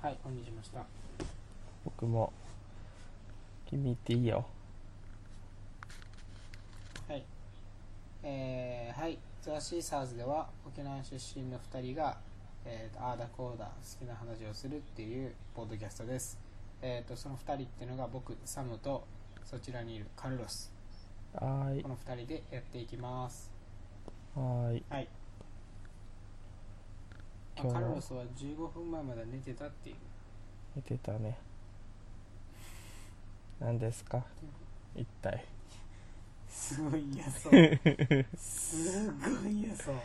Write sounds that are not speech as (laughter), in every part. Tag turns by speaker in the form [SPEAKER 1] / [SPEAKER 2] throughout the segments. [SPEAKER 1] はい本にしました
[SPEAKER 2] 僕も君言っていいよ
[SPEAKER 1] えー、はい「ザ・シーサーズ」では沖縄出身の2人が、えーと、ああだこうだ好きな話をするっていうポッドキャストです、えー、とその2人っていうのが僕サムとそちらにいるカルロス
[SPEAKER 2] はーい
[SPEAKER 1] この2人でやっていきます
[SPEAKER 2] はーい
[SPEAKER 1] はい、まあ
[SPEAKER 2] 今日
[SPEAKER 1] カ
[SPEAKER 2] は
[SPEAKER 1] ルロスは15分前まで寝てたっていう
[SPEAKER 2] 寝てたね何ですか一体
[SPEAKER 1] すごい嫌そう (laughs) すごい嫌そう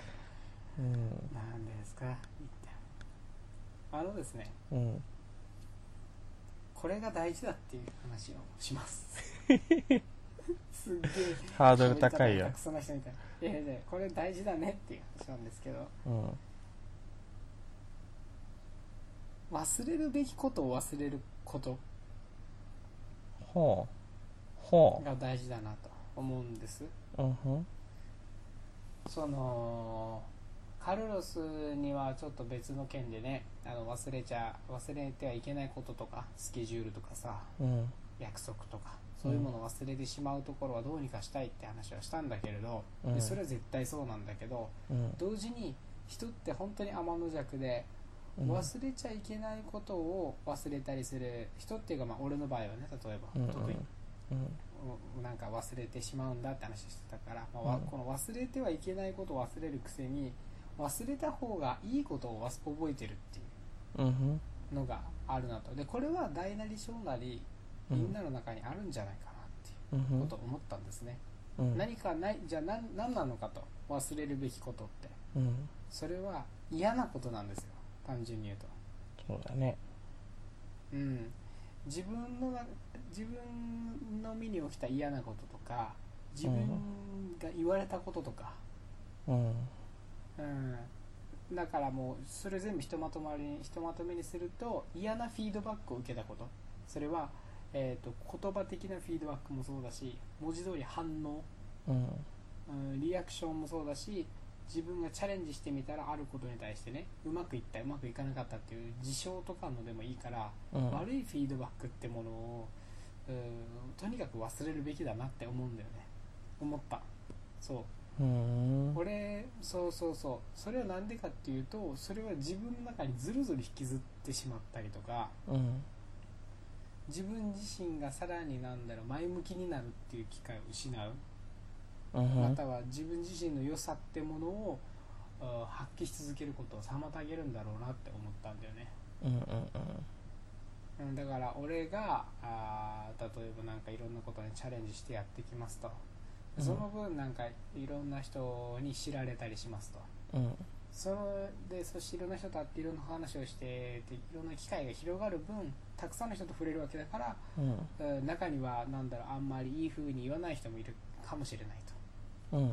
[SPEAKER 2] うん
[SPEAKER 1] なんですか一体あのですね
[SPEAKER 2] うん
[SPEAKER 1] これが大事だっていう話をします
[SPEAKER 2] (laughs)
[SPEAKER 1] すっげえ
[SPEAKER 2] ハードル高い
[SPEAKER 1] 喋り方
[SPEAKER 2] よ
[SPEAKER 1] が下手くそな人みたいないやいやいやこれ大事だねっていう話なんですけど
[SPEAKER 2] うん
[SPEAKER 1] 忘れるべきことを忘れること
[SPEAKER 2] ほうほ
[SPEAKER 1] が大事だなと思うんです
[SPEAKER 2] ううんふん
[SPEAKER 1] そのカルロスにはちょっと別の件でねあの忘れちゃ忘れてはいけないこととかスケジュールとかさ
[SPEAKER 2] うん
[SPEAKER 1] 約束とかそういうものを忘れてしまうところはどうにかしたいって話はしたんだけれど、
[SPEAKER 2] うん
[SPEAKER 1] でそれは絶対そうなんだけど
[SPEAKER 2] うん
[SPEAKER 1] 同時に人って本当に天の弱で
[SPEAKER 2] うん
[SPEAKER 1] 忘れちゃいけないことを忘れたりする人っていうかまあ俺の場合はね例え
[SPEAKER 2] うんう
[SPEAKER 1] ば
[SPEAKER 2] ん
[SPEAKER 1] 特に
[SPEAKER 2] うん
[SPEAKER 1] おなんか忘れてしまうんだって話してたから、まあわ
[SPEAKER 2] うん
[SPEAKER 1] この忘れてはいけないことを忘れるくせに忘れた方がいいことを忘覚えてるってい
[SPEAKER 2] うんふん
[SPEAKER 1] うのがあるなとでこれは大なり小なり
[SPEAKER 2] うん
[SPEAKER 1] みんなの中にあるんじゃないかなって
[SPEAKER 2] うんふ
[SPEAKER 1] いうこ
[SPEAKER 2] ん
[SPEAKER 1] とを思ったんですね、
[SPEAKER 2] うん
[SPEAKER 1] 何かないじゃあ何何なのかと忘れるべきことって
[SPEAKER 2] うん
[SPEAKER 1] それは嫌なことなんですよ単純に言うと
[SPEAKER 2] そうだね
[SPEAKER 1] うん自分のな自分の身に起きた嫌なこととか自分が言われたこととか、
[SPEAKER 2] うん
[SPEAKER 1] うん、だからもうそれ全部ひとまとまりにひとまとめにすると嫌なフィードバックを受けたことそれは、えー、と言葉的なフィードバックもそうだし文字通り反応、
[SPEAKER 2] うん
[SPEAKER 1] うん、リアクションもそうだし自分がチャレンジしてみたらあることに対してねうまくいったうまくいかなかったっていう事象とかのでもいいから、
[SPEAKER 2] うん
[SPEAKER 1] 悪いフィードバックってものをうんとにかく忘れるべきだなって思うんだよね思ったそう
[SPEAKER 2] うん
[SPEAKER 1] 俺そうそうそうそれは何でかっていうとそれは自分の中にずるずる引きずってしまったりとか
[SPEAKER 2] うん
[SPEAKER 1] 自分自身がさらになんだろう前向きになるっていう機会を失う、
[SPEAKER 2] うんふ
[SPEAKER 1] ま
[SPEAKER 2] ん
[SPEAKER 1] たは自分自身の良さってものをうん発揮し続けることを妨げるんだろうなって思ったんだよね
[SPEAKER 2] うんうん
[SPEAKER 1] うんだから俺があー例えばなんかいろんなことにチャレンジしてやってきますと
[SPEAKER 2] うん
[SPEAKER 1] その分なんかいろんな人に知られたりしますと
[SPEAKER 2] うんうん
[SPEAKER 1] そのでそしていろんな人と会っていろんな話をしてでいろんな機会が広がる分たくさんの人と触れるわけだから
[SPEAKER 2] うん
[SPEAKER 1] うん中にはなんだろうあんまりいい風に言わない人もいるかもしれないと
[SPEAKER 2] うん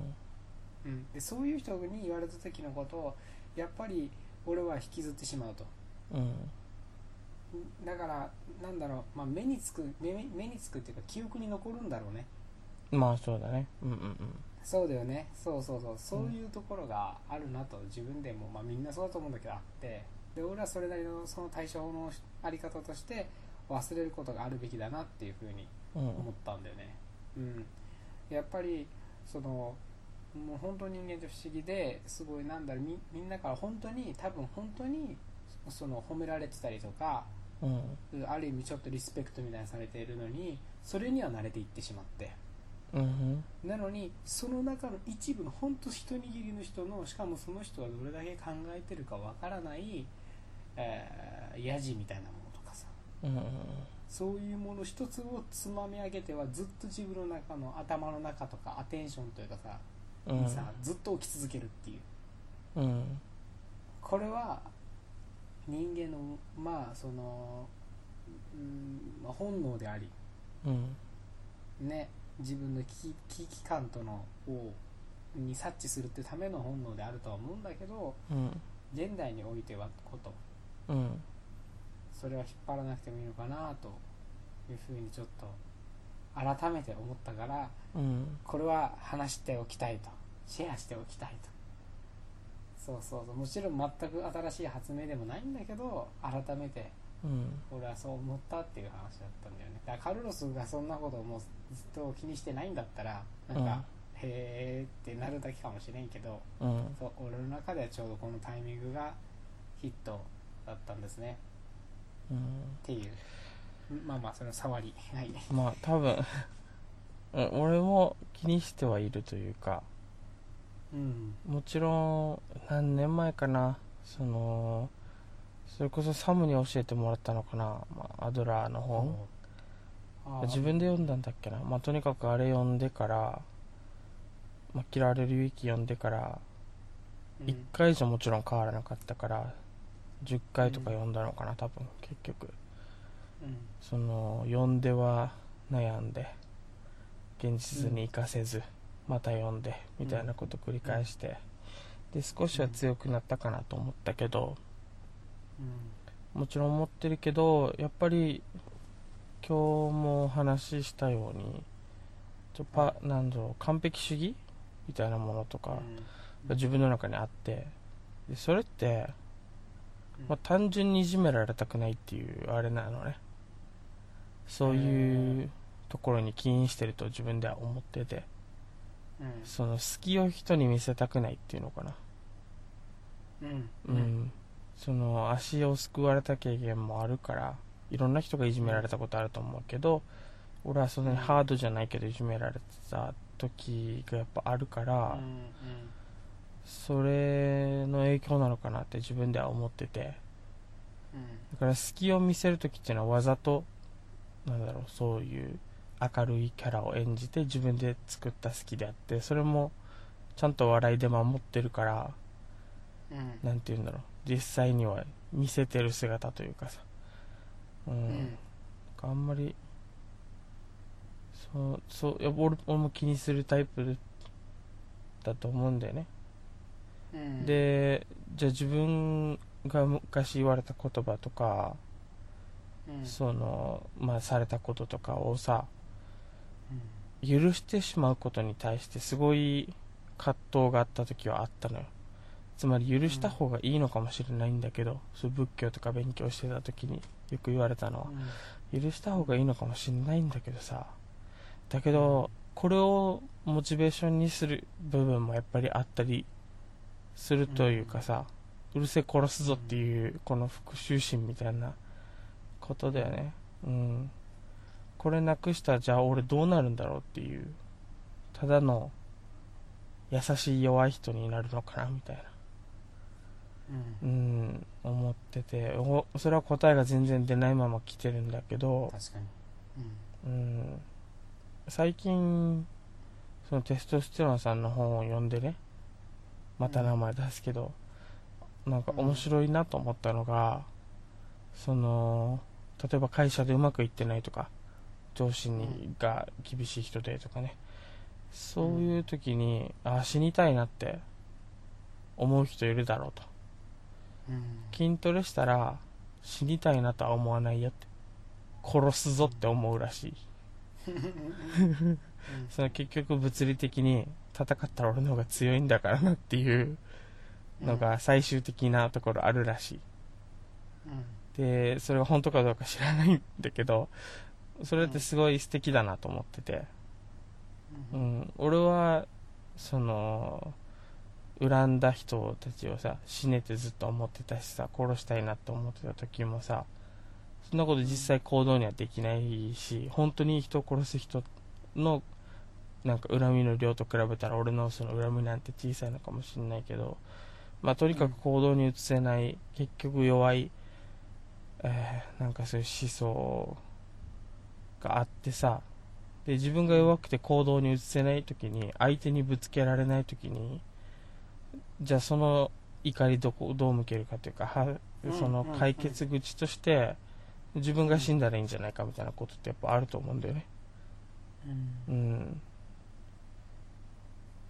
[SPEAKER 1] うん、でそういう人に言われた時のことをやっぱり俺は引きずってしまうと
[SPEAKER 2] うん
[SPEAKER 1] だからなんだろう、まあ、目につく目目につくっていうか記憶に残るんだろうね
[SPEAKER 2] まあそうだねうんうんうん
[SPEAKER 1] そうだよねそうそうそうそういうところがあるなと自分でも、まあ、みんなそうだと思うんだけどあってで俺はそれなりのその対象のあり方として忘れることがあるべきだなっていうふうに思ったんだよねうんやっぱりそのもう本当に人間って不思議ですごいなんだろうみみんなから本当に多分本当にその褒められてたりとか
[SPEAKER 2] うん
[SPEAKER 1] ある意味ちょっとリスペクトみたいにされているのにそれには慣れていってしまって
[SPEAKER 2] うんうん
[SPEAKER 1] なのにその中の一部のほんと一握りの人のしかもその人がどれだけ考えてるかわからない、えー、ヤジみたいなものとかさ
[SPEAKER 2] うんうん
[SPEAKER 1] そういうもの一つをつまみ上げてはずっと自分の中の頭の中とかアテンションというかさ,、
[SPEAKER 2] うん
[SPEAKER 1] さずっと起き続けるっていう
[SPEAKER 2] うん
[SPEAKER 1] これは人間のまあその、うんまあ本能であり
[SPEAKER 2] うん
[SPEAKER 1] ね自分の危機危機感とのをに察知するってための本能であるとは思うんだけど
[SPEAKER 2] うん
[SPEAKER 1] 現代においてはこと
[SPEAKER 2] うん
[SPEAKER 1] それは引っ張らなくてもいいのかなというふうにちょっと改めて思ったから
[SPEAKER 2] うん
[SPEAKER 1] これは話しておきたいとシェアしておきたいとそうそうそうもちろん全く新しい発明でもないんだけど改めて
[SPEAKER 2] うん
[SPEAKER 1] 俺はそう思ったっていう話だったんだよねだからカルロスがそんなことをもうずっと気にしてないんだったらなんか、へーってなるだけかもしれんけど
[SPEAKER 2] うん
[SPEAKER 1] そう俺の中ではちょうどこのタイミングがヒットだったんですね
[SPEAKER 2] うん
[SPEAKER 1] っていうまあまあそれは触りはい
[SPEAKER 2] まあ多分うん俺も気にしてはいるというか
[SPEAKER 1] うん
[SPEAKER 2] もちろん何年前かなそのそれこそサムに教えてもらったのかな、まあ、アドラーの本
[SPEAKER 1] あー
[SPEAKER 2] 自分で読んだんだっけな、まあ、とにかくあれ読んでから、まあ、嫌われる勇気読んでから
[SPEAKER 1] うん
[SPEAKER 2] 1回じゃもちろん変わらなかったから10回とか読んだのかな多分結局
[SPEAKER 1] うん
[SPEAKER 2] その読んでは悩んで現実に生かせず、また読んでみたいなこと繰り返して、で少しは強くなったかなと思ったけどもちろん思ってるけどやっぱり今日もお話ししたようにちょパなんだろう完璧主義みたいなものとかが自分の中にあってでそれって、まあ、単純にいじめられたくないっていうあれなのねそういうところに起因してると自分では思ってて
[SPEAKER 1] うん
[SPEAKER 2] その隙を人に見せたくないっていうのかな
[SPEAKER 1] うん
[SPEAKER 2] うん、その足をすくわれた経験もあるからいろんな人がいじめられたことあると思うけど俺はそんなにハードじゃないけどいじめられてた時がやっぱあるから、それの影響なのかなって自分では思っててだから隙を見せる時っていうのはわざとなんだろうそういう明るいキャラを演じて自分で作った隙であってそれもちゃんと笑いで守ってるから
[SPEAKER 1] うん
[SPEAKER 2] なんて言うんだろう実際には見せてる姿というかさうん、
[SPEAKER 1] うん
[SPEAKER 2] なんかあんまりそうそういや俺俺も気にするタイプだと思うんだよね、
[SPEAKER 1] うん
[SPEAKER 2] でじゃあ自分が昔言われた言葉とか、
[SPEAKER 1] うん
[SPEAKER 2] そのまあされたこととかをさ
[SPEAKER 1] うん
[SPEAKER 2] 許してしまうことに対してすごい葛藤があった時はあったのよつまり許した方がいいのかもしれないんだけど、そう仏教とか勉強してた時によく言われたのは、許した方がいいのかもしれないんだけどさだけどこれをモチベーションにする部分もやっぱりあったりするというかさ、うるせえ殺すぞっていうこの復讐心みたいなことだよねうんこれなくしたらじゃあ俺どうなるんだろうっていうただの優しい弱い人になるのかなみたいな
[SPEAKER 1] うん
[SPEAKER 2] うん思ってておそれは答えが全然出ないまま来てるんだけど
[SPEAKER 1] 確かに
[SPEAKER 2] うん最近そのテストステロンさんの本を読んでねまた名前出すけど、なんか面白いなと思ったのが、その例えば会社でうまくいってないとか上司にが厳しい人でとかねそういう時に、あ死にたいなって思う人いるだろうと
[SPEAKER 1] うん
[SPEAKER 2] 筋トレしたら死にたいなとは思わないよって殺すぞって思うらしい
[SPEAKER 1] うん
[SPEAKER 2] その結局物理的に戦ったら俺の方が強いんだからなっていうのが最終的なところあるらしい。
[SPEAKER 1] うん
[SPEAKER 2] で、それが本当かどうか知らないんだけど、それってすごい素敵だなと思ってて、う
[SPEAKER 1] うん
[SPEAKER 2] ん、俺は、その、恨んだ人たちをさ、死ねってずっと思ってたしさ、殺したいなって思ってた時もさ、そんなこと実際行動にはできないし、本当に人を殺す人の、なんか恨みの量と比べたら俺のその恨みなんて小さいのかもしれないけど、まあとにかく行動に移せない、結局弱い、えーなんかそういう思想があってさ、で、自分が弱くて行動に移せない時に、相手にぶつけられない時に、じゃあその怒りどこ、どう向けるかというか、は
[SPEAKER 1] うん
[SPEAKER 2] その解決口として、自分が死んだらいいんじゃないかみたいなことってやっぱあると思うんだよね。
[SPEAKER 1] うん
[SPEAKER 2] うん。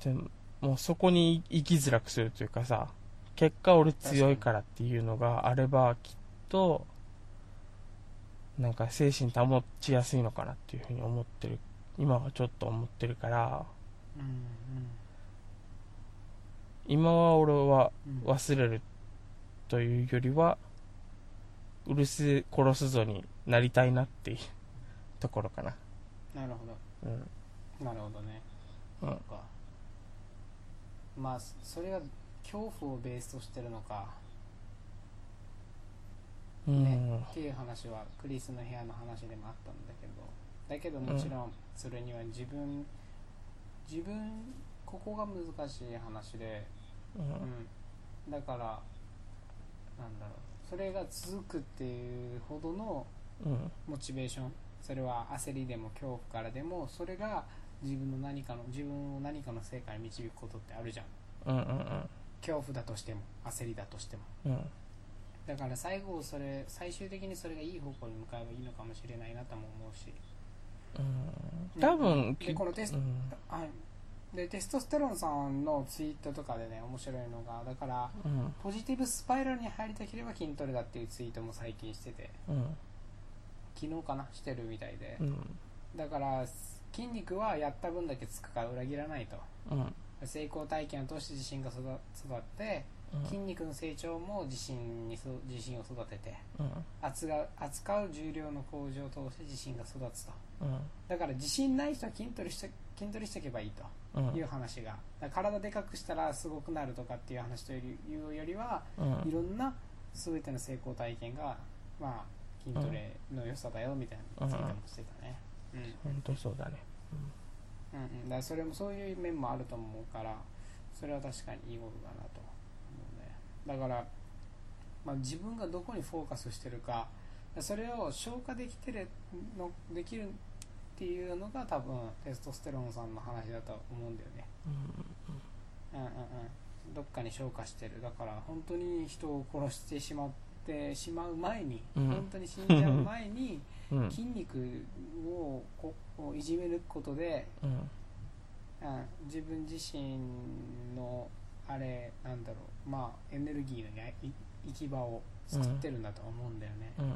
[SPEAKER 2] でもうそこに生きづらくするというかさ、結果俺強いからっていうのがあればきっと、なんか精神保ちやすいのかなっていうふうに思ってる。今はちょっと思ってるから、今は俺は
[SPEAKER 1] うん
[SPEAKER 2] 忘れるというよりはうるせえ殺すぞになりたいなっていうところかな
[SPEAKER 1] なるほ
[SPEAKER 2] うん
[SPEAKER 1] どなるほどね
[SPEAKER 2] う
[SPEAKER 1] そ
[SPEAKER 2] ん
[SPEAKER 1] っかまあそそれが恐怖をベースとしてるのか
[SPEAKER 2] うん
[SPEAKER 1] ねっていう話はクリスの部屋の話でもあったんだけどだけどもちろんそれには自分自分ここが難しい話で、
[SPEAKER 2] うん
[SPEAKER 1] うん、だからなんだろうそれが続くっていうほどの
[SPEAKER 2] うん
[SPEAKER 1] モチベーションそれは焦りでも恐怖からでもそれが自分の何かの自分を何かの成果に導くことってあるじゃん
[SPEAKER 2] うんうん
[SPEAKER 1] 恐怖だとしても焦りだとしても
[SPEAKER 2] うんうん
[SPEAKER 1] だから最後それ最終的にそれがいい方向に向かえばいいのかもしれないなとも思うし
[SPEAKER 2] うん多分
[SPEAKER 1] でこのテス
[SPEAKER 2] う
[SPEAKER 1] ト、
[SPEAKER 2] ん
[SPEAKER 1] はい、でテストステロンさんのツイートとかでね面白いのがだから
[SPEAKER 2] うん
[SPEAKER 1] ポジティブスパイラルに入りたければ筋トレだっていうツイートも最近してて
[SPEAKER 2] うん
[SPEAKER 1] 昨日かなしてるみたいで
[SPEAKER 2] うん
[SPEAKER 1] だから筋肉はやった分だけつくから裏切らないと
[SPEAKER 2] うん
[SPEAKER 1] 成功体験を通して自信が育育って筋肉の成長も自信にそ自信を育てて
[SPEAKER 2] うん
[SPEAKER 1] 扱う扱う重量の向上を通して自信が育つと
[SPEAKER 2] うん
[SPEAKER 1] だから自信ない人は筋トレして筋トレしておけばいいと
[SPEAKER 2] うん
[SPEAKER 1] いう話がだから体でかくしたらすごくなるとかっていう話というよりは
[SPEAKER 2] うん
[SPEAKER 1] いろんな全ての成功体験が、まあ、筋トレの良さだよみたいなツイートもしてたね、うん
[SPEAKER 2] 本当にそうだね
[SPEAKER 1] うんうん、だからそれもそういう面もあると思うからそれは確かにいいことだなと思うねだから、まあ、自分がどこにフォーカスしてるかそれを消化できてるのできるっていうのが多分テストステロンさんの話だと思うんだよねうんうんうんどっかに消化してるだから本当に人を殺してしまってしまう前に、
[SPEAKER 2] うん
[SPEAKER 1] 本当に死んじゃう前に
[SPEAKER 2] うんうん
[SPEAKER 1] 筋肉をここういじめることで
[SPEAKER 2] うん
[SPEAKER 1] うん自分自身のあれなんだろうまあエネルギーのねい行き場を作ってるんだと思うんだよね、
[SPEAKER 2] うん
[SPEAKER 1] うん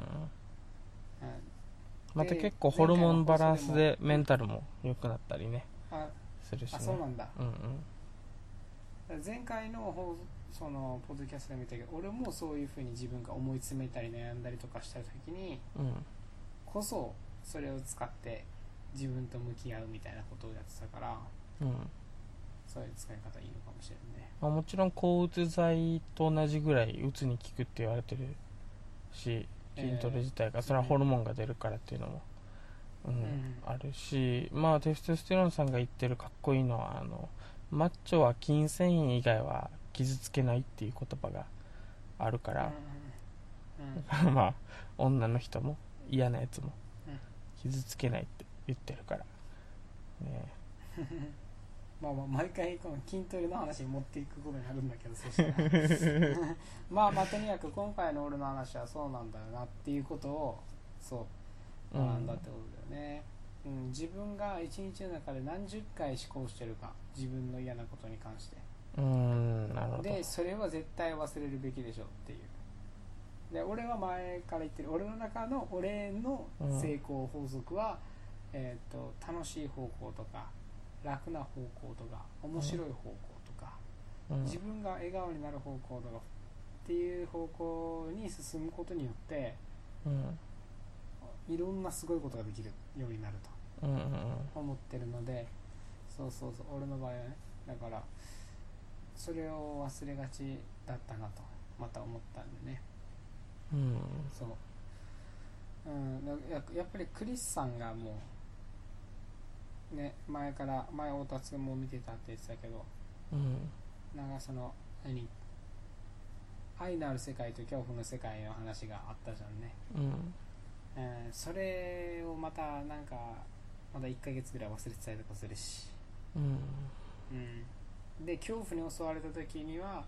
[SPEAKER 2] また結構ホルモンバランスでメンタルも良くなったりね
[SPEAKER 1] あ
[SPEAKER 2] するし
[SPEAKER 1] あ
[SPEAKER 2] ね
[SPEAKER 1] そうなんだだか
[SPEAKER 2] うんうん
[SPEAKER 1] ら前回の放そのポッドキャストでも言ったけど俺もそういうふうに自分が思い詰めたり悩んだりとかした時に
[SPEAKER 2] うん
[SPEAKER 1] こそそれを使って自分と向き合うみたいなことをやってたから
[SPEAKER 2] うん
[SPEAKER 1] そういう使い方いいのかもしれないね
[SPEAKER 2] まあ、もちろん抗うつ剤と同じぐらいうつに効くって言われてるし筋トレ自体が、それはホルモンが出るからっていうのも、うん
[SPEAKER 1] ん
[SPEAKER 2] あるしまあテストステロンさんが言ってるかっこいいのはあのマッチョは筋繊維以外は傷つけないっていう言葉があるから、
[SPEAKER 1] うんうん
[SPEAKER 2] (laughs)
[SPEAKER 1] うん
[SPEAKER 2] まあ女の人も嫌なやつも
[SPEAKER 1] うん
[SPEAKER 2] 傷つけないって言ってるからね
[SPEAKER 1] まあまあ毎回この筋トレの話に持っていくことになるんだけどそしたらまあまあとにかく今回の俺の話はそうなんだよなっていうことをそ
[SPEAKER 2] う
[SPEAKER 1] う学ん
[SPEAKER 2] ん
[SPEAKER 1] だってことだよね、うん自分が一日の中で何十回思考してるか自分の嫌なことに関して
[SPEAKER 2] うんなるほど
[SPEAKER 1] でそれは絶対忘れるべきでしょっていうで俺は前から言ってる俺の中の俺の成功法則は、えー、と楽しい方向とか楽な方向とか面白い方向とか、
[SPEAKER 2] うん
[SPEAKER 1] 自分が笑顔になる方向とかっていう方向に進むことによって
[SPEAKER 2] うん
[SPEAKER 1] いろんなすごいことができるようになると
[SPEAKER 2] うんうんうん
[SPEAKER 1] 思ってるのでそうそうそう俺の場合はねだからそれを忘れがちだったなとまた思ったんでね
[SPEAKER 2] うん
[SPEAKER 1] そう、うん、だややっぱりクリスさんがもうね前から前太田君も見てたって言ってたけど
[SPEAKER 2] うん
[SPEAKER 1] なんかその何愛のある世界と恐怖の世界の話があったじゃんね、
[SPEAKER 2] うん
[SPEAKER 1] うん、それをまたなんかまだ1ヶ月ぐらい忘れてたりとかするし
[SPEAKER 2] うん
[SPEAKER 1] うん、で恐怖に襲われた時には、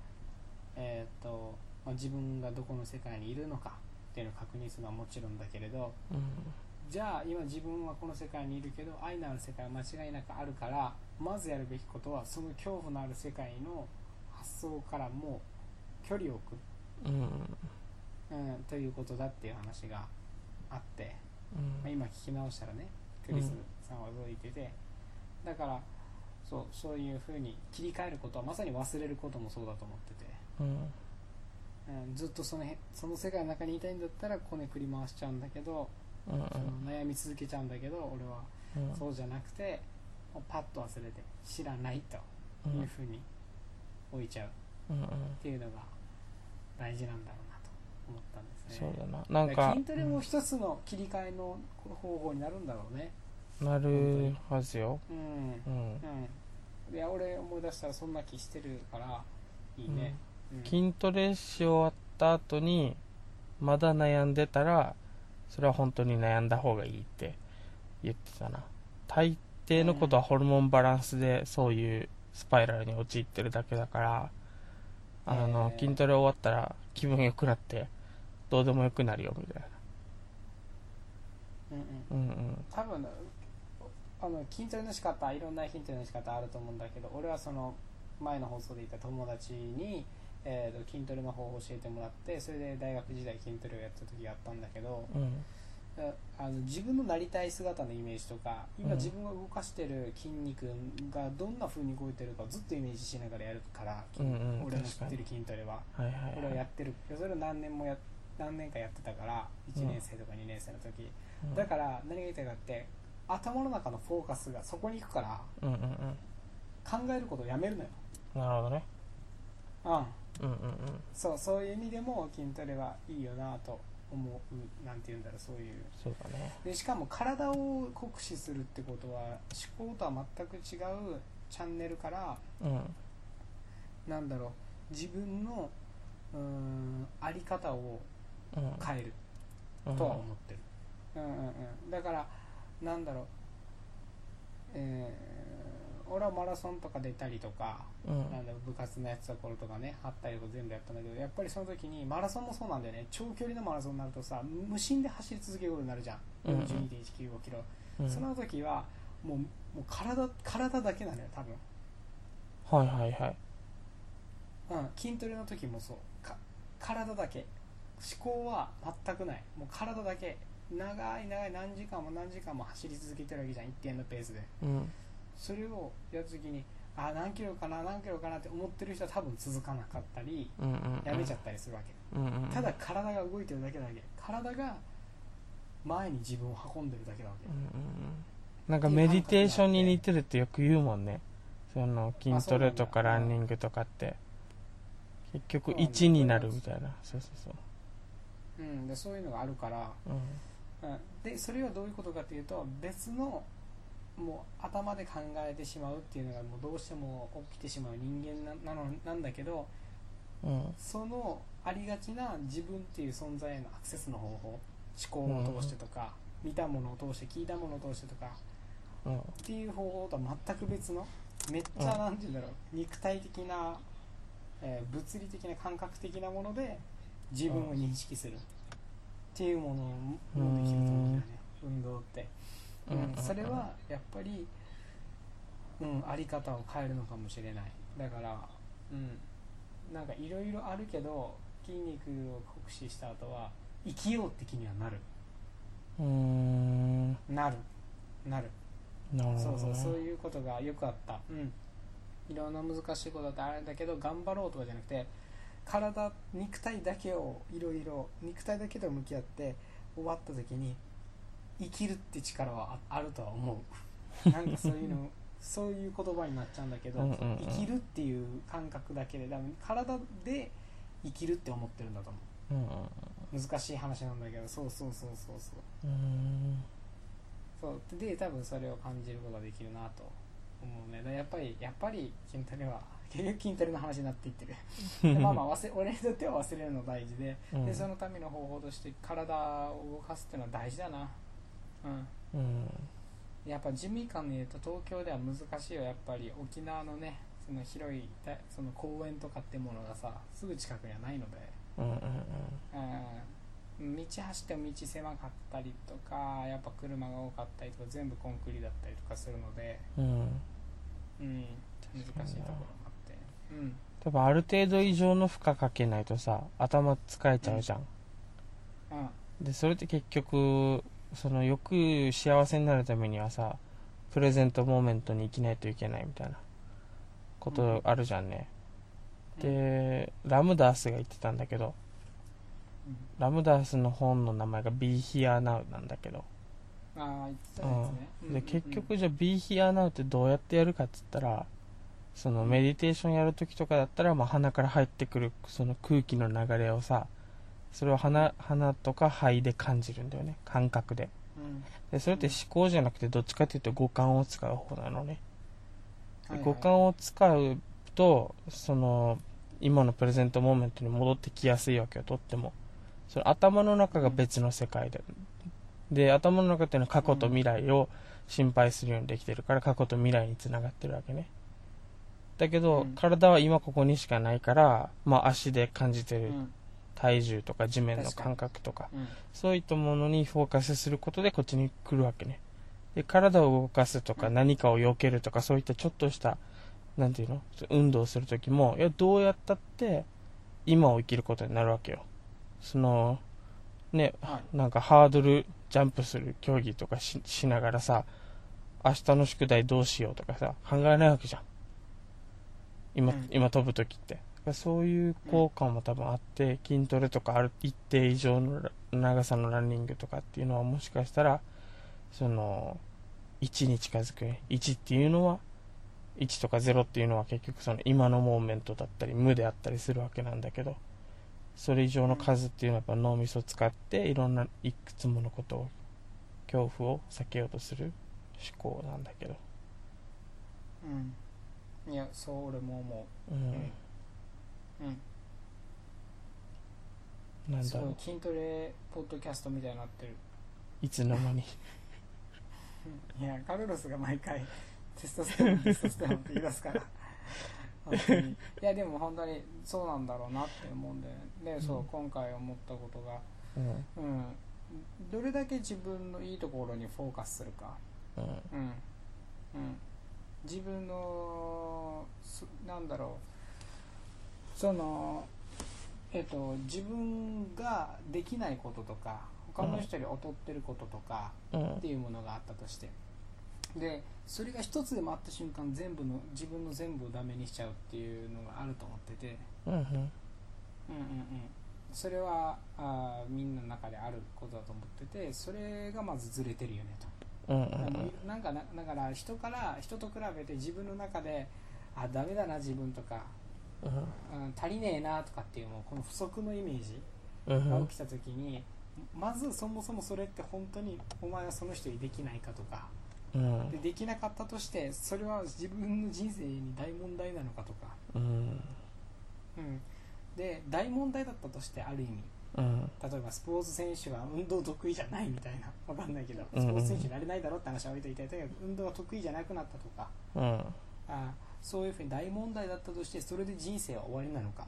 [SPEAKER 1] えーっとまあ、自分がどこの世界にいるのかっていうのを確認するのはもちろんだけれど
[SPEAKER 2] うん
[SPEAKER 1] じゃあ今自分はこの世界にいるけど愛のある世界は間違いなくあるからまずやるべきことはその恐怖のある世界の発想からもう距離を置
[SPEAKER 2] うん
[SPEAKER 1] く、うん、ということだっていう話があって。まあ今聞き直したらねクリスさんはどう言ってて、だからそうそういうふうに切り替えることはまさに忘れることもそうだと思ってて、
[SPEAKER 2] うん
[SPEAKER 1] うん、ずっとその辺その世界の中にいたいんだったらこねくり回しちゃうんだけど、
[SPEAKER 2] うんう
[SPEAKER 1] その
[SPEAKER 2] ん
[SPEAKER 1] 悩み続けちゃうんだけど俺は
[SPEAKER 2] うん
[SPEAKER 1] そうじゃなくてもうパッと忘れて知らないと
[SPEAKER 2] うん
[SPEAKER 1] いうふうに置いちゃうっ
[SPEAKER 2] うんうん
[SPEAKER 1] ていうのが大事なんだろうなと思ったんです
[SPEAKER 2] そ
[SPEAKER 1] ね
[SPEAKER 2] うだななん
[SPEAKER 1] だら
[SPEAKER 2] か
[SPEAKER 1] 筋トレも一つの切り替えの方法になるんだろうね
[SPEAKER 2] なるはずよ
[SPEAKER 1] うん
[SPEAKER 2] うん
[SPEAKER 1] うんいや俺思い出したらそんな気してるからいいね、うん
[SPEAKER 2] 筋トレし終わった後にまだ悩んでたらそれは本当に悩んだ方がいいって言ってたな大抵のことはホルモンバランスでそういうスパイラルに陥ってるだけだからあの
[SPEAKER 1] へー
[SPEAKER 2] 筋トレ終わったら気分良くなってどうでもよくなるよみたいな
[SPEAKER 1] うんう
[SPEAKER 2] う
[SPEAKER 1] ん
[SPEAKER 2] んうん
[SPEAKER 1] 多分あの筋トレの仕方いろんな筋トレの仕方あると思うんだけど俺はその前の放送で言った友達に、えーと筋トレの方法を教えてもらってそれで大学時代筋トレをやった時があったんだけど
[SPEAKER 2] うん
[SPEAKER 1] えあの自分のなりたい姿のイメージとか
[SPEAKER 2] う
[SPEAKER 1] 今
[SPEAKER 2] ん
[SPEAKER 1] 自分が動かしてる筋肉がどんな風に動いてるかをずっとイメージしながらやるから、
[SPEAKER 2] うんうん
[SPEAKER 1] 俺の知
[SPEAKER 2] 確か
[SPEAKER 1] っ
[SPEAKER 2] に
[SPEAKER 1] てる筋トレは
[SPEAKER 2] はい
[SPEAKER 1] こ
[SPEAKER 2] はい
[SPEAKER 1] れを
[SPEAKER 2] は
[SPEAKER 1] やっ
[SPEAKER 2] い
[SPEAKER 1] てるそれを何年もや何年かやってたから1年生とか2年生の
[SPEAKER 2] う
[SPEAKER 1] 時、
[SPEAKER 2] ん
[SPEAKER 1] だから何が言いたいかって頭の中のフォーカスがそこに行くから
[SPEAKER 2] うんうんうん
[SPEAKER 1] 考えることをやめるのよ、
[SPEAKER 2] なるほどね
[SPEAKER 1] うん、
[SPEAKER 2] うんうん
[SPEAKER 1] そうそういう意味でも筋トレはいいよなと思うなんて言うんだろうそういう
[SPEAKER 2] そうだね
[SPEAKER 1] でしかも体を酷使するってことは思考とは全く違うチャンネルから
[SPEAKER 2] うん
[SPEAKER 1] なんだろう自分のうーんあり方を
[SPEAKER 2] うん
[SPEAKER 1] 変えるとは思ってる、うんうんうん、だからなんだろう、えー俺はマラソンとか出たりとか、
[SPEAKER 2] うん
[SPEAKER 1] なんだろう部活のやつところとかねあったりとか全部やったんだけどやっぱりその時にマラソンもそうなんだよね長距離のマラソンになるとさ無心で走り続けることになるじゃん
[SPEAKER 2] うんうん
[SPEAKER 1] 4 2 1 9 5キロ、
[SPEAKER 2] うん
[SPEAKER 1] その時はもうもう体体だけなのよ多
[SPEAKER 2] は
[SPEAKER 1] 分
[SPEAKER 2] いはいはい
[SPEAKER 1] うん、筋トレの時もそうか体だけ思考は全くないもう体だけ長い長い何時間も何時間も走り続けてるわけじゃん一定のペースで
[SPEAKER 2] うん
[SPEAKER 1] それをやった時にあ何キロかな何キロかなって思ってる人は多分続かなかったり
[SPEAKER 2] うんうん
[SPEAKER 1] やめちゃったりするわけ、
[SPEAKER 2] うんうんうん
[SPEAKER 1] ただ体が動いてるだけだわけ体が前に自分を運んでるだけだわけ
[SPEAKER 2] うんうんうんなんかメディテーションに似てるってよく言うもんねその筋トレとか
[SPEAKER 1] あそうな
[SPEAKER 2] ラ
[SPEAKER 1] んだ
[SPEAKER 2] ンニングとかって結局
[SPEAKER 1] そうなんだ
[SPEAKER 2] 1になるみたいなそうそうそう
[SPEAKER 1] うん、でそういうのがあるから
[SPEAKER 2] う
[SPEAKER 1] うんでそれはどういうことかというと別のもう頭で考えてしまうっていうのがもうどうしても起きてしまう人間ななのなんだけど
[SPEAKER 2] んうん
[SPEAKER 1] そのありがちな自分っていう存在へのアクセスの方法思考を通してとか、見たものを通して聞いたものを通してとか
[SPEAKER 2] うん
[SPEAKER 1] っていう方法とは全く別のめっちゃなんて言うんだろう、肉体的な、えー物理的な感覚的なもので自分を認識するっていうものもできると思うんだよね運動って、う
[SPEAKER 2] うん
[SPEAKER 1] ん、それはやっぱり、うん、あり方を変えるのかもしれないだから、うん、なんかいろいろあるけど筋肉を酷使した後は生きようって気にはなる
[SPEAKER 2] うーんな
[SPEAKER 1] なるなる
[SPEAKER 2] るほどね
[SPEAKER 1] そうそうそういうことがよくあったうんいろんな難しいことだってあるんだけど頑張ろうとかじゃなくて体肉体だけをいろいろ肉体だけと向き合って終わった時に生きるって力はああるとは思
[SPEAKER 2] (laughs)
[SPEAKER 1] うなんかそういうのそういう言葉になっちゃうんだけど、
[SPEAKER 2] うんうんうん
[SPEAKER 1] 生きるっていう感覚だけで多分体で生きるって思ってるんだと思
[SPEAKER 2] うんうん
[SPEAKER 1] う難しい話なんだけどそうそうそうそうそ
[SPEAKER 2] う
[SPEAKER 1] う
[SPEAKER 2] ん
[SPEAKER 1] そうで多分それを感じることができるなと思うねだからやっぱりやっぱり筋トレは (laughs) 結局筋トレの話になっていってる
[SPEAKER 2] (laughs)
[SPEAKER 1] でまあまあ忘れ俺にとっては忘れるの大事で,、
[SPEAKER 2] うん
[SPEAKER 1] でそのための方法として体を動かすっていうのは大事だなうん
[SPEAKER 2] うん
[SPEAKER 1] やっぱ地味感で言うと東京では難しいよやっぱり沖縄のねその広いだその公園とかってものがさすぐ近くにはないので
[SPEAKER 2] うんうん
[SPEAKER 1] うん、道走っても道狭かったりとかやっぱ車が多かったりとか全部コンクリだったりとかするので、
[SPEAKER 2] うんうん
[SPEAKER 1] うん、難しいところもあって、うん、
[SPEAKER 2] 多分ある程度以上の負荷かけないとさ頭疲れちゃうじゃん
[SPEAKER 1] うん、
[SPEAKER 2] でそれって結局そのよく幸せになるためにはさプレゼントモーメントに生きないといけないみたいなこ
[SPEAKER 1] うん
[SPEAKER 2] とあるじゃんね、でラムダースが言ってたんだけど
[SPEAKER 1] うん
[SPEAKER 2] ラムダースの本の名前が「Be Here Now」なんだけど
[SPEAKER 1] ああ言ってたやつね、うんうん
[SPEAKER 2] で
[SPEAKER 1] うん
[SPEAKER 2] 結局じゃあ Be Here Now ってどうやってやるかっつったらそのメディテーションやる時とかだったら、まあ、鼻から入ってくるその空気の流れをさそれを鼻鼻とか肺で感じるんだよね感覚で
[SPEAKER 1] うん
[SPEAKER 2] でそれって思考じゃなくてどっちかっていうと五感を使う方なのねで
[SPEAKER 1] はいはい
[SPEAKER 2] 五感を使うとその今のプレゼントモーメントに戻ってきやすいわけよとってもその頭の中が別の世界でで頭の中っていうのは過去と未来を心配するようにできてるから過去と未来につながってるわけねだけど、
[SPEAKER 1] うん
[SPEAKER 2] 体は今ここにしかないから、まあ、足で感じて
[SPEAKER 1] う
[SPEAKER 2] る
[SPEAKER 1] ん
[SPEAKER 2] 体重とか地面の
[SPEAKER 1] 確かに
[SPEAKER 2] 感覚とか
[SPEAKER 1] うん
[SPEAKER 2] そういったものにフォーカスすることでこっちに来るわけね。で、体を動かすとか
[SPEAKER 1] うん
[SPEAKER 2] 何かを避けるとかそういったちょっとした、なんていうの運動をするときも、いや、どうやったって今を生きることになるわけよ。その、ね、
[SPEAKER 1] はい
[SPEAKER 2] なんかハードルジャンプする競技とかししながらさ、明日の宿題どうしようとかさ、考えないわけじゃん。今、
[SPEAKER 1] うん
[SPEAKER 2] 今飛ぶときって。だからそういう効果も多分あって、筋トレとかある一定以上のら長さのランニングとかっていうのはもしかしたら、その、1に近づくね。1っていうのは、1とか0っていうのは結局その今のモーメントだったり無であったりするわけなんだけど、それ以上の数っていうのはやっぱ脳みそを使っていろんないくつものことを恐怖を避けようとする思考なんだけど、
[SPEAKER 1] うんいやそう俺も思
[SPEAKER 2] うん
[SPEAKER 1] ううん
[SPEAKER 2] なん
[SPEAKER 1] す
[SPEAKER 2] だ
[SPEAKER 1] ご
[SPEAKER 2] ろ
[SPEAKER 1] い筋トレポッドキャストみたいになってる
[SPEAKER 2] ういつの間に
[SPEAKER 1] いやカルロスが毎回テストステロンテストステロンって言い出すから本当にいやでも本当にそうなんだろうなって思うんだよねでそう、
[SPEAKER 2] うん
[SPEAKER 1] 今回思ったことが
[SPEAKER 2] うん
[SPEAKER 1] うんどれだけ自分のいいところにフォーカスするか
[SPEAKER 2] うん
[SPEAKER 1] うんうん自分のすなんだろうそのえっと自分ができないこととか他の人より劣ってることとか、
[SPEAKER 2] うん
[SPEAKER 1] っていうものがあったとしてでそれが一つでもあった瞬間全部の自分の全部をダメにしちゃうっていうのがあると思ってて
[SPEAKER 2] うん
[SPEAKER 1] うんうんうんそれはあーみんなの中であることだと思っててそれがまずずれてるよねと
[SPEAKER 2] うんうん
[SPEAKER 1] あのなんかなだから人から人と比べて自分の中であダメだな自分とか、
[SPEAKER 2] うん
[SPEAKER 1] うん、足りねえなとかっていうもうこの不足のイメージ
[SPEAKER 2] うん
[SPEAKER 1] が起きた時に、まずそもそもそれって本当にお前はその人にできないかとか
[SPEAKER 2] うん
[SPEAKER 1] でできなかったとしてそれは自分の人生に大問題なのかとか、
[SPEAKER 2] うん
[SPEAKER 1] うん、で大問題だったとしてある意味
[SPEAKER 2] うん
[SPEAKER 1] 例えばスポーツ選手は運動得意じゃないみたいなわかんないけど
[SPEAKER 2] うん
[SPEAKER 1] スポーツ選手になれないだろって話は置いといてとにかく運動が得意じゃなくなったとか
[SPEAKER 2] うん
[SPEAKER 1] あそういうふうに大問題だったとしてそれで人生は終わりなのか、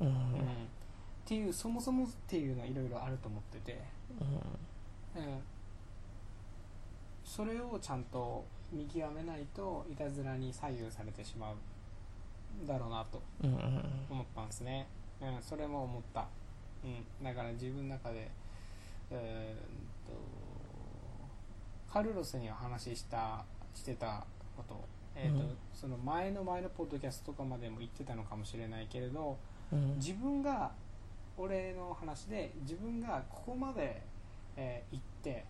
[SPEAKER 2] うん
[SPEAKER 1] うんっていうそもそもっていうのはいろいろあると思ってて、うん、それをちゃんと見極めないといたずらに左右されてしまうだろうなと
[SPEAKER 2] うん
[SPEAKER 1] 思ったんですね、うん、それも思った、うん、だから自分の中でうーんとカルロスには話したしてたこと,、えーと
[SPEAKER 2] うん
[SPEAKER 1] その前の前のポッドキャストとかまでも言ってたのかもしれないけれど
[SPEAKER 2] うん
[SPEAKER 1] 自分が俺の話で自分がここまで、えー行って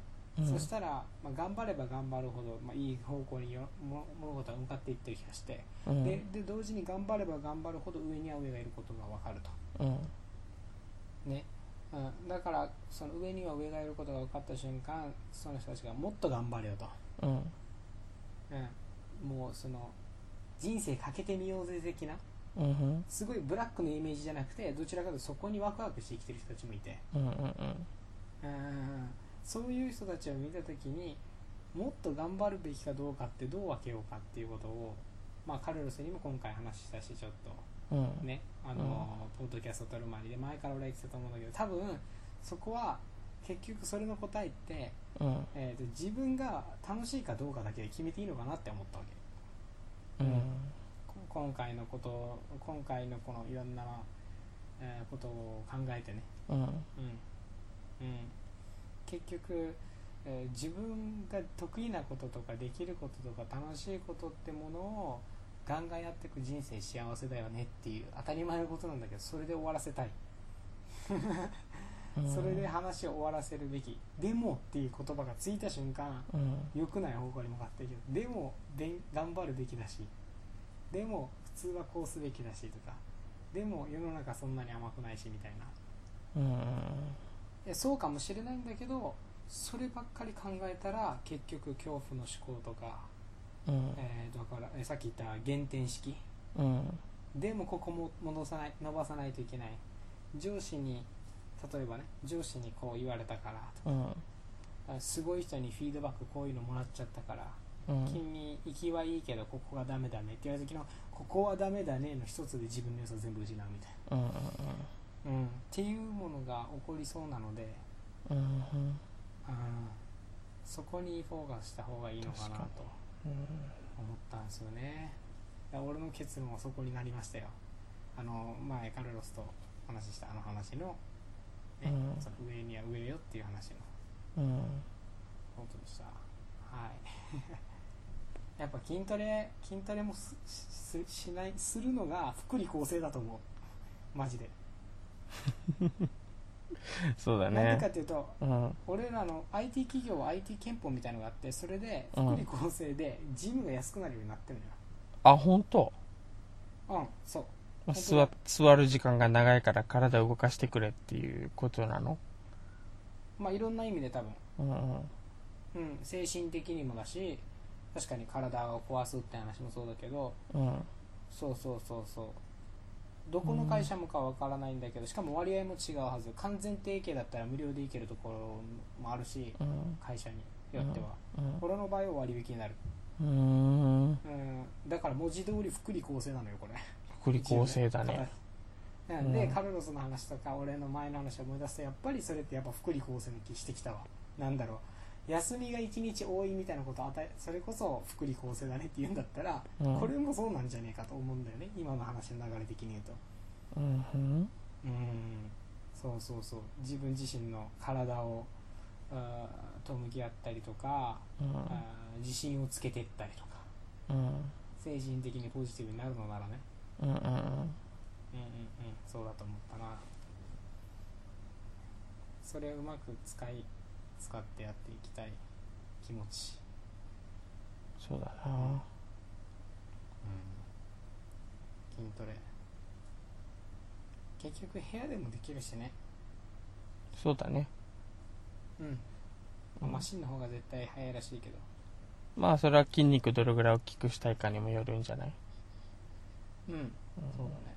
[SPEAKER 1] そしたら、まあ、頑張れば頑張るほど、まあ、いい方向によも物事は向かっていってる気がして、
[SPEAKER 2] うん
[SPEAKER 1] でで同時に頑張れば頑張るほど上には上がいることが分かると、
[SPEAKER 2] うん
[SPEAKER 1] ねうん、だからその上には上がいることが分かった瞬間その人たちがもっと頑張れよと、
[SPEAKER 2] うん
[SPEAKER 1] うん、もうその人生かけてみようぜ的な
[SPEAKER 2] うんうん
[SPEAKER 1] すごいブラックのイメージじゃなくてどちらかというとそこにワクワクして生きてる人たちもいて、
[SPEAKER 2] うんうん
[SPEAKER 1] うん、そういう人たちを見た時にもっと頑張るべきかどうかってどう分けようかっていうことを、まあ、カルロスにも今回話したしちょっと
[SPEAKER 2] うん
[SPEAKER 1] ね、あのーポッドキャスト撮る前にで前から俺は言ってたと思うんだけど多分そこは結局それの答えって、
[SPEAKER 2] うん
[SPEAKER 1] えーと自分が楽しいかどうかだけで決めていいのかなって思ったわけ
[SPEAKER 2] うん
[SPEAKER 1] こ今回のことを今回のこのいろんな、えーことを考えてね、
[SPEAKER 2] うん
[SPEAKER 1] うんうん、結局、えー自分が得意なこととかできることとか楽しいことってものをガンガンやってく人生幸せだよねっていう当たり前のことなんだけどそれで終わらせたいそれで話を終わらせるべきでもっていう言葉がついた瞬間
[SPEAKER 2] うん
[SPEAKER 1] 良くない方向に向かっていけどでもで頑張るべきだしでも普通はこうすべきだしとかでも世の中そんなに甘くないしみたいな
[SPEAKER 2] うん
[SPEAKER 1] いやそうかもしれないんだけどそればっかり考えたら結局恐怖の思考とか、
[SPEAKER 2] うん
[SPEAKER 1] えーだからえさっき言った減点式
[SPEAKER 2] うん
[SPEAKER 1] でもここも戻さない伸ばさないといけない上司に例えばね上司にこう言われたから
[SPEAKER 2] うん
[SPEAKER 1] とかすごい人にフィードバックこういうのもらっちゃったから
[SPEAKER 2] うん
[SPEAKER 1] 君行きはいいけどここがダメだねって言われた時のここはダメだねの一つで自分の良さ全部失うみたい
[SPEAKER 2] うん
[SPEAKER 1] な、うん、っていうものが起こりそうなので、
[SPEAKER 2] うんうん
[SPEAKER 1] うん、そこにフォーカスした方がいいのかな
[SPEAKER 2] 確か
[SPEAKER 1] と思ったんですよねいや俺の結論はそこになりましたよあの前カルロスと話したあの話の,、ね
[SPEAKER 2] うん
[SPEAKER 1] その上には上よっていう話の
[SPEAKER 2] うん
[SPEAKER 1] 本当でしたはい (laughs) やっぱ筋トレ筋トレもすすしないするのが福利厚生だと思うマジで、
[SPEAKER 2] そうだ
[SPEAKER 1] なんでか
[SPEAKER 2] ね
[SPEAKER 1] っていうと
[SPEAKER 2] うん
[SPEAKER 1] 俺らの IT 企業は IT 憲法みたいのがあってそれで
[SPEAKER 2] うん
[SPEAKER 1] 福利厚生でジムが安くなるようになってる
[SPEAKER 2] あ本当
[SPEAKER 1] のようんそう
[SPEAKER 2] まあ
[SPEAKER 1] 本当だ
[SPEAKER 2] 座座る時間が長いから体を動かしてくれっていうことなの
[SPEAKER 1] まあいろんな意味で多分
[SPEAKER 2] うんうん
[SPEAKER 1] うん、精神的にもだし確かに体を壊すって話もそうだけど
[SPEAKER 2] うん
[SPEAKER 1] そうそうそうそうどこの会社もかわからないんだけどしかも割合も違うはず完全提携だったら無料で行けるところもあるし
[SPEAKER 2] うん
[SPEAKER 1] 会社によっては、
[SPEAKER 2] うん
[SPEAKER 1] 俺の場合は割引になる、
[SPEAKER 2] うーん
[SPEAKER 1] うん、だから文字通り福利厚生なのよこれ
[SPEAKER 2] 福利厚生だね
[SPEAKER 1] 一応ねで、
[SPEAKER 2] うん
[SPEAKER 1] カルロスの話とか俺の前の話を思い出すとやっぱりそれってやっぱ福利厚生の気してきたわなんだろう休みが1日多いみたいなことあたそれこそ福利厚生だねって言うんだったら、
[SPEAKER 2] うん
[SPEAKER 1] これもそうなんじゃねえかと思うんだよね今の話の流れ的に言うと
[SPEAKER 2] うんうん
[SPEAKER 1] うんそうそうそう自分自身の体をあーと向き合ったりとか、
[SPEAKER 2] うん
[SPEAKER 1] あー自信をつけてったりとか
[SPEAKER 2] うん
[SPEAKER 1] 精神的にポジティブになるのならね
[SPEAKER 2] うんうん
[SPEAKER 1] うんうんうんそうだと思ったなそれをうまく使い使ってやっていきたい気持ち、
[SPEAKER 2] そうだな
[SPEAKER 1] 筋トレ結局部屋でもできるしね
[SPEAKER 2] そうだね
[SPEAKER 1] うん、
[SPEAKER 2] うん
[SPEAKER 1] マシンの方が絶対早いらしいけど
[SPEAKER 2] まあそれは筋肉どれぐらい大きくしたいかにもよるんじゃない
[SPEAKER 1] うん、そうだね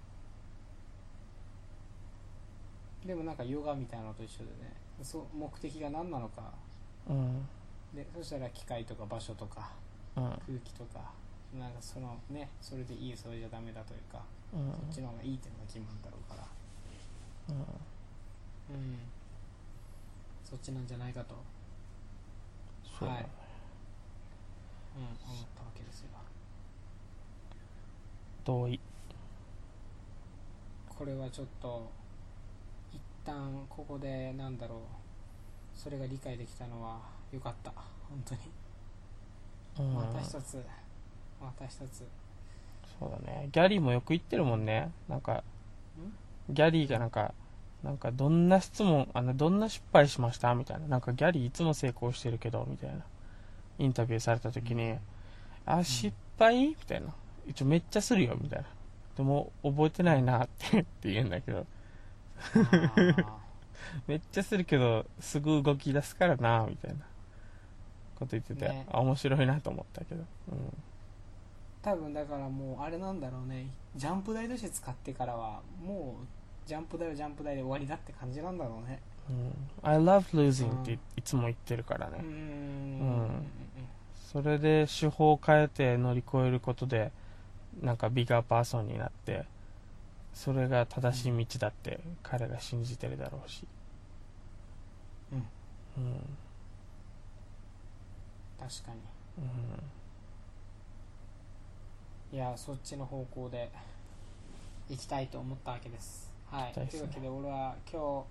[SPEAKER 1] でもなんかヨガみたいなのと一緒でねそう目的が何なのか
[SPEAKER 2] うん
[SPEAKER 1] でそしたら機械とか場所とか
[SPEAKER 2] うん
[SPEAKER 1] 空気とかなんかそのねそれでいいそれじゃダメだというか
[SPEAKER 2] うん
[SPEAKER 1] こっちの方がいいっていうのが決まるんだろうから
[SPEAKER 2] うん
[SPEAKER 1] うんそっちなんじゃないかと、
[SPEAKER 2] そうだ
[SPEAKER 1] はい
[SPEAKER 2] ね
[SPEAKER 1] うん、思ったわけですよ
[SPEAKER 2] 同意
[SPEAKER 1] これはちょっと一旦ここでなんだろうそれが理解できたのは良かった本当に
[SPEAKER 2] うん
[SPEAKER 1] また一つまた一 (laughs) つ
[SPEAKER 2] そうだねギャリーもよく言ってるもんねなんかギャリーがなんかなんかどんな質問あのどんな失敗しましたみたいななんかギャリーいつも成功してるけどみたいなインタビューされた時に、あ失敗みたいな一応めっちゃするよみたいなでも覚えてないなってって言うんだけど
[SPEAKER 1] あー
[SPEAKER 2] めっちゃするけどすぐ動き出すからなみたいなこと言ってて、
[SPEAKER 1] ね
[SPEAKER 2] あ面白いなと思ったけどうん
[SPEAKER 1] 多分だからもうあれなんだろうねジャンプ台として使ってからはもうジャンプ台はジャンプ台で終わりだって感じなんだろうね
[SPEAKER 2] うん、I love
[SPEAKER 1] う
[SPEAKER 2] losing
[SPEAKER 1] ん
[SPEAKER 2] っていいつも言ってるからね、
[SPEAKER 1] うーん
[SPEAKER 2] それで手法を変えて乗り越えることでなんかビガーパーソンになってそれが正しい道だって彼が信じてるだろうし
[SPEAKER 1] うん
[SPEAKER 2] うん
[SPEAKER 1] 確かに
[SPEAKER 2] うん
[SPEAKER 1] いやそっちの方向で行きたいと思ったわけです。は
[SPEAKER 2] 行きたい
[SPEAKER 1] い、
[SPEAKER 2] っすね
[SPEAKER 1] というわけで俺は今日、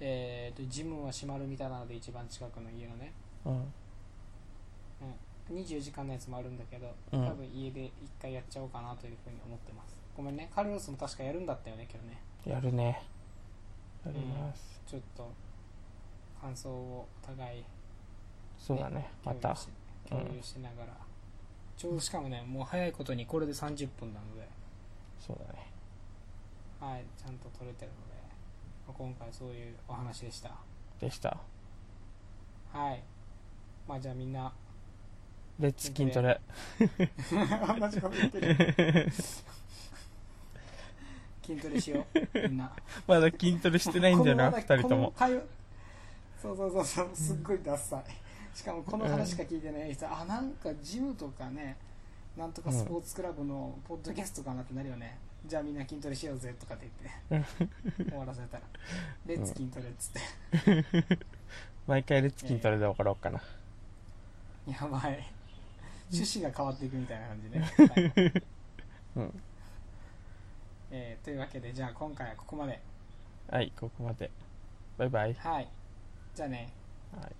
[SPEAKER 1] えー、とジムは閉まるみたいなので一番近くの家のね、
[SPEAKER 2] うん
[SPEAKER 1] うん、 24時間のやつもあるんだけど、
[SPEAKER 2] うん
[SPEAKER 1] 多分家で一回やっちゃおうかなというふうに思ってますごめんねカルロスも確かやるんだったよね今日ね
[SPEAKER 2] やるねやります、
[SPEAKER 1] ちょっと感想をお互い
[SPEAKER 2] そうだねま
[SPEAKER 1] 共有
[SPEAKER 2] た
[SPEAKER 1] し,、
[SPEAKER 2] うん
[SPEAKER 1] 共有しながらちょうどしかもねもう早いことにこれで30分なので
[SPEAKER 2] そうだね
[SPEAKER 1] はいちゃんと撮れてるので、まあ今回そういうお話でした
[SPEAKER 2] でした
[SPEAKER 1] はいまあじゃあみん (laughs) な
[SPEAKER 2] レッツ筋トレ
[SPEAKER 1] 同じこと言ってる (laughs) 筋トレしようみんな
[SPEAKER 2] まだ筋トレしてないんだよな
[SPEAKER 1] この
[SPEAKER 2] 2人とも
[SPEAKER 1] この会話そうそうそうそうすっごいダッサいしかもこの話しか聞いてない人、あなんかジムとかねなんとかスポーツクラブのポッドキャストかなってなるよね、じゃあみんな筋トレしようぜとかって言って
[SPEAKER 2] (laughs)
[SPEAKER 1] 終わらせたらレッツ筋トレっつって、
[SPEAKER 2] 毎回レッツ筋トレで分かろうかな、
[SPEAKER 1] やばい趣旨が変わっていくみたいな感じね、はい
[SPEAKER 2] うん
[SPEAKER 1] えーというわけでじゃあ今回はここまで
[SPEAKER 2] はいここまでバイバイ
[SPEAKER 1] はいじゃあね
[SPEAKER 2] はい